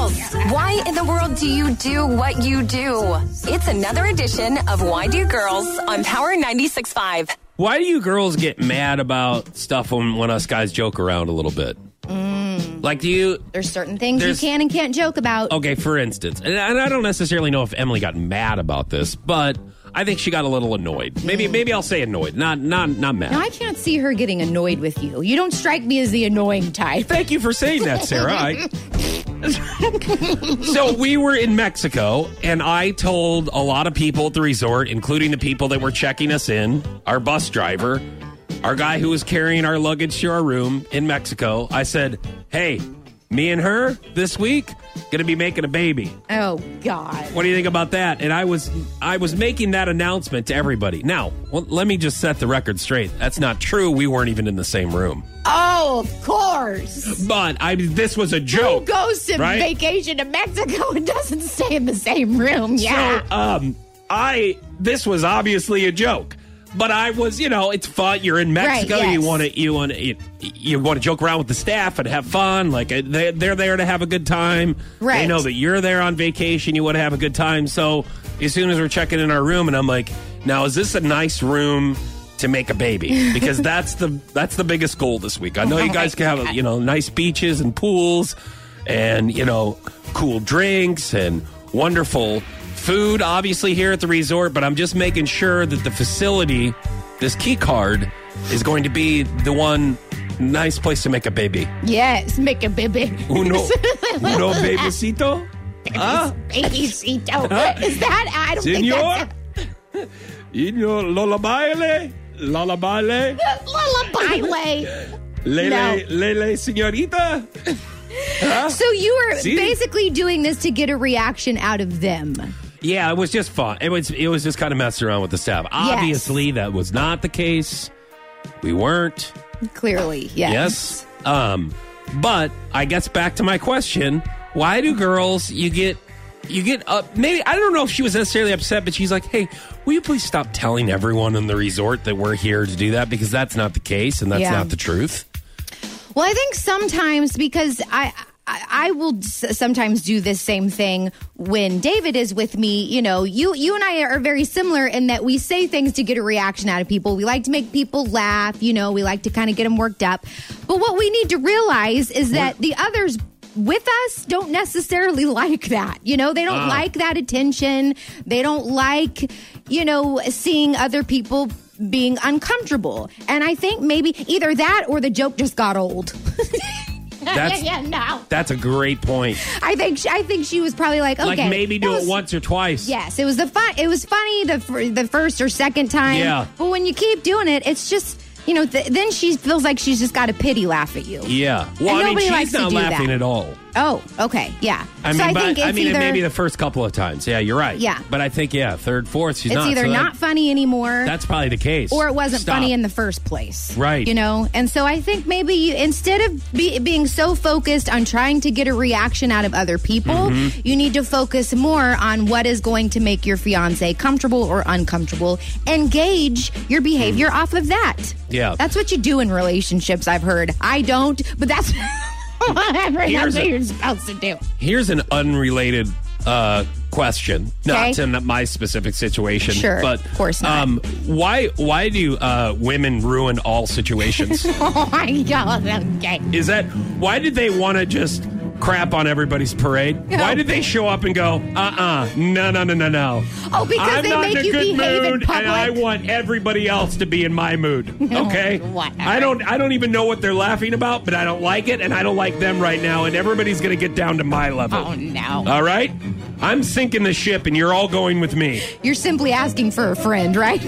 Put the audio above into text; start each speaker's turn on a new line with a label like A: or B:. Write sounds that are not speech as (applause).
A: Why in the world do you do what you do? It's another edition of Why Do Girls on Power 96.5.
B: Why do you girls get mad about stuff when, when us guys joke around a little bit? Like, do you.
C: There's certain things
B: There's- Oh.
C: you can and can't joke about.
B: Okay, for instance, and I and I don't necessarily know if Emily got mad about this, but I think she got a little annoyed. Maybe, maybe I'll say annoyed, not, not, not mad.
C: Now, I can't see her getting annoyed with you. You don't strike me as the annoying type.
B: Thank you for saying that, Sarah. I- so we were in Mexico, and I told a lot of people at the resort, including the people that were checking us in, our bus driver, our guy who was carrying our luggage to our room in Mexico. I said, "Hey, me and her this week going to be making a baby."
C: Oh, God.
B: What do you think about that? And I was I was making that announcement to everybody. Now, well, let me just set the record straight. That's not true. We weren't even in the same room.
C: Oh, of course.
B: But I this was a
C: Who
B: joke.
C: goes to
B: right?
C: vacation to Mexico and doesn't stay in the same room? Yeah.
B: So, um, I this was obviously a joke. But I was, you know, it's fun. You're in Mexico.
C: Right,
B: You
C: yes.
B: want to, you want to, you, you want to joke around with the staff and have fun. Like uh, they, they're there to have a good time. They
C: Right.
B: know that you're there on vacation. You want to have a good time. So as soon as we're checking in our room, and I'm like, now is this a nice room to make a baby? Because that's the that's the biggest goal this week. I know you
C: my
B: guys can have, you know, nice beaches and pools, and you know, cool drinks and wonderful food. Obviously here at the resort, but I'm just making sure that the facility, this key card, is going to be the one nice place to make a baby.
C: yes, make a baby. (laughs)
B: Uno, uno bebecito. Ah. (laughs)
C: Baby Cito. Is that? I don't
B: Senor,
C: think
B: Senor Lullaby, Lullaby,
C: that's. Lullaby
B: (laughs)
C: lay.
B: Lele, Lele, Senorita.
C: So you were
B: See?
C: basically doing this to get a reaction out of them.
B: Yeah, it was just fun. It was it was just kind of messing around with the staff. Obviously, that was not the case. We weren't.
C: Clearly, yes.
B: Yes. Um, but I guess back to my question: Why do girls you get you get up? Maybe I don't know if she was necessarily upset, but she's like, "Hey, will you please stop telling everyone in the resort that we're here to do that because that's not the case and that's
C: Yeah.
B: not the truth."
C: Well, I think sometimes because I. I I will s- sometimes do this same thing when David is with me. You know, you you and I are very similar in that we say things to get a reaction out of people. We like to make people laugh. You know, we like to kind of get them worked up. But what we need to realize is that the others with us don't necessarily (laughs) like that. You know, they don't
B: Ah.
C: like that attention. They don't like, you know, seeing other people being uncomfortable. And I think maybe either that or the joke just got old.
B: (laughs) That's-
C: (laughs) yeah, no.
B: That's a great point.
C: I think she, I think she was probably like, okay,
B: like maybe do
C: that
B: it
C: was-
B: once or twice.
C: Yes, it was the fun. It was funny the fir- the first or second time.
B: Yeah.
C: but when you keep doing it, it's just you know. Th- then she feels like she's just got a pity laugh at you.
B: Yeah. Well,
C: And
B: I mean,
C: nobody
B: she's
C: likes to
B: not
C: do
B: laughing
C: that.
B: at all.
C: Oh, okay, yeah.
B: I mean,
C: so I
B: but,
C: think it's
B: I mean,
C: either
B: maybe the first couple of times. Yeah, you're right.
C: Yeah.
B: But I think yeah, third, fourth, she's
C: it's
B: not.
C: either
B: so that-
C: not funny anymore.
B: that's probably the case.
C: or it wasn't
B: Stop.
C: funny in the first place.
B: Right.
C: You know? And so I think maybe you, instead of be, being so focused on trying to get a reaction out of other people,
B: Mm-hmm.
C: you need to focus more on what is going to make your fiance comfortable or uncomfortable and gauge your behavior off of that.
B: Mm. Yeah.
C: That's what you do in relationships, I've heard. I don't, but that's. (laughs) Whatever,
B: Here's
C: that's what
B: a-
C: you're supposed to do. (laughs)
B: Here's an unrelated uh, question,
C: Okay.
B: not to n- my specific situation.
C: Sure,
B: but
C: of course not.
B: Um, why? Why do uh, women ruin all
C: (laughs)
B: situations?
C: Oh my god! Okay.
B: Is that why did they want to just crap on everybody's parade?
C: Yeah.
B: Why did they show up and go, uh uh no, no, no, no, no?
C: Oh, because
B: I'm
C: they
B: not in
C: make
B: a
C: you
B: good
C: behave in
B: mood, and I
C: public?
B: want everybody else to be in my mood.
C: (laughs)
B: Okay,
C: whatever.
B: I don't, I don't even know what they're laughing about, but I don't like it, and I don't like them right now, and everybody's gonna get down to my level.
C: Oh no!
B: All right, I'm sinking the ship, and you're all going with me.
C: (laughs) You're simply asking for a friend, right?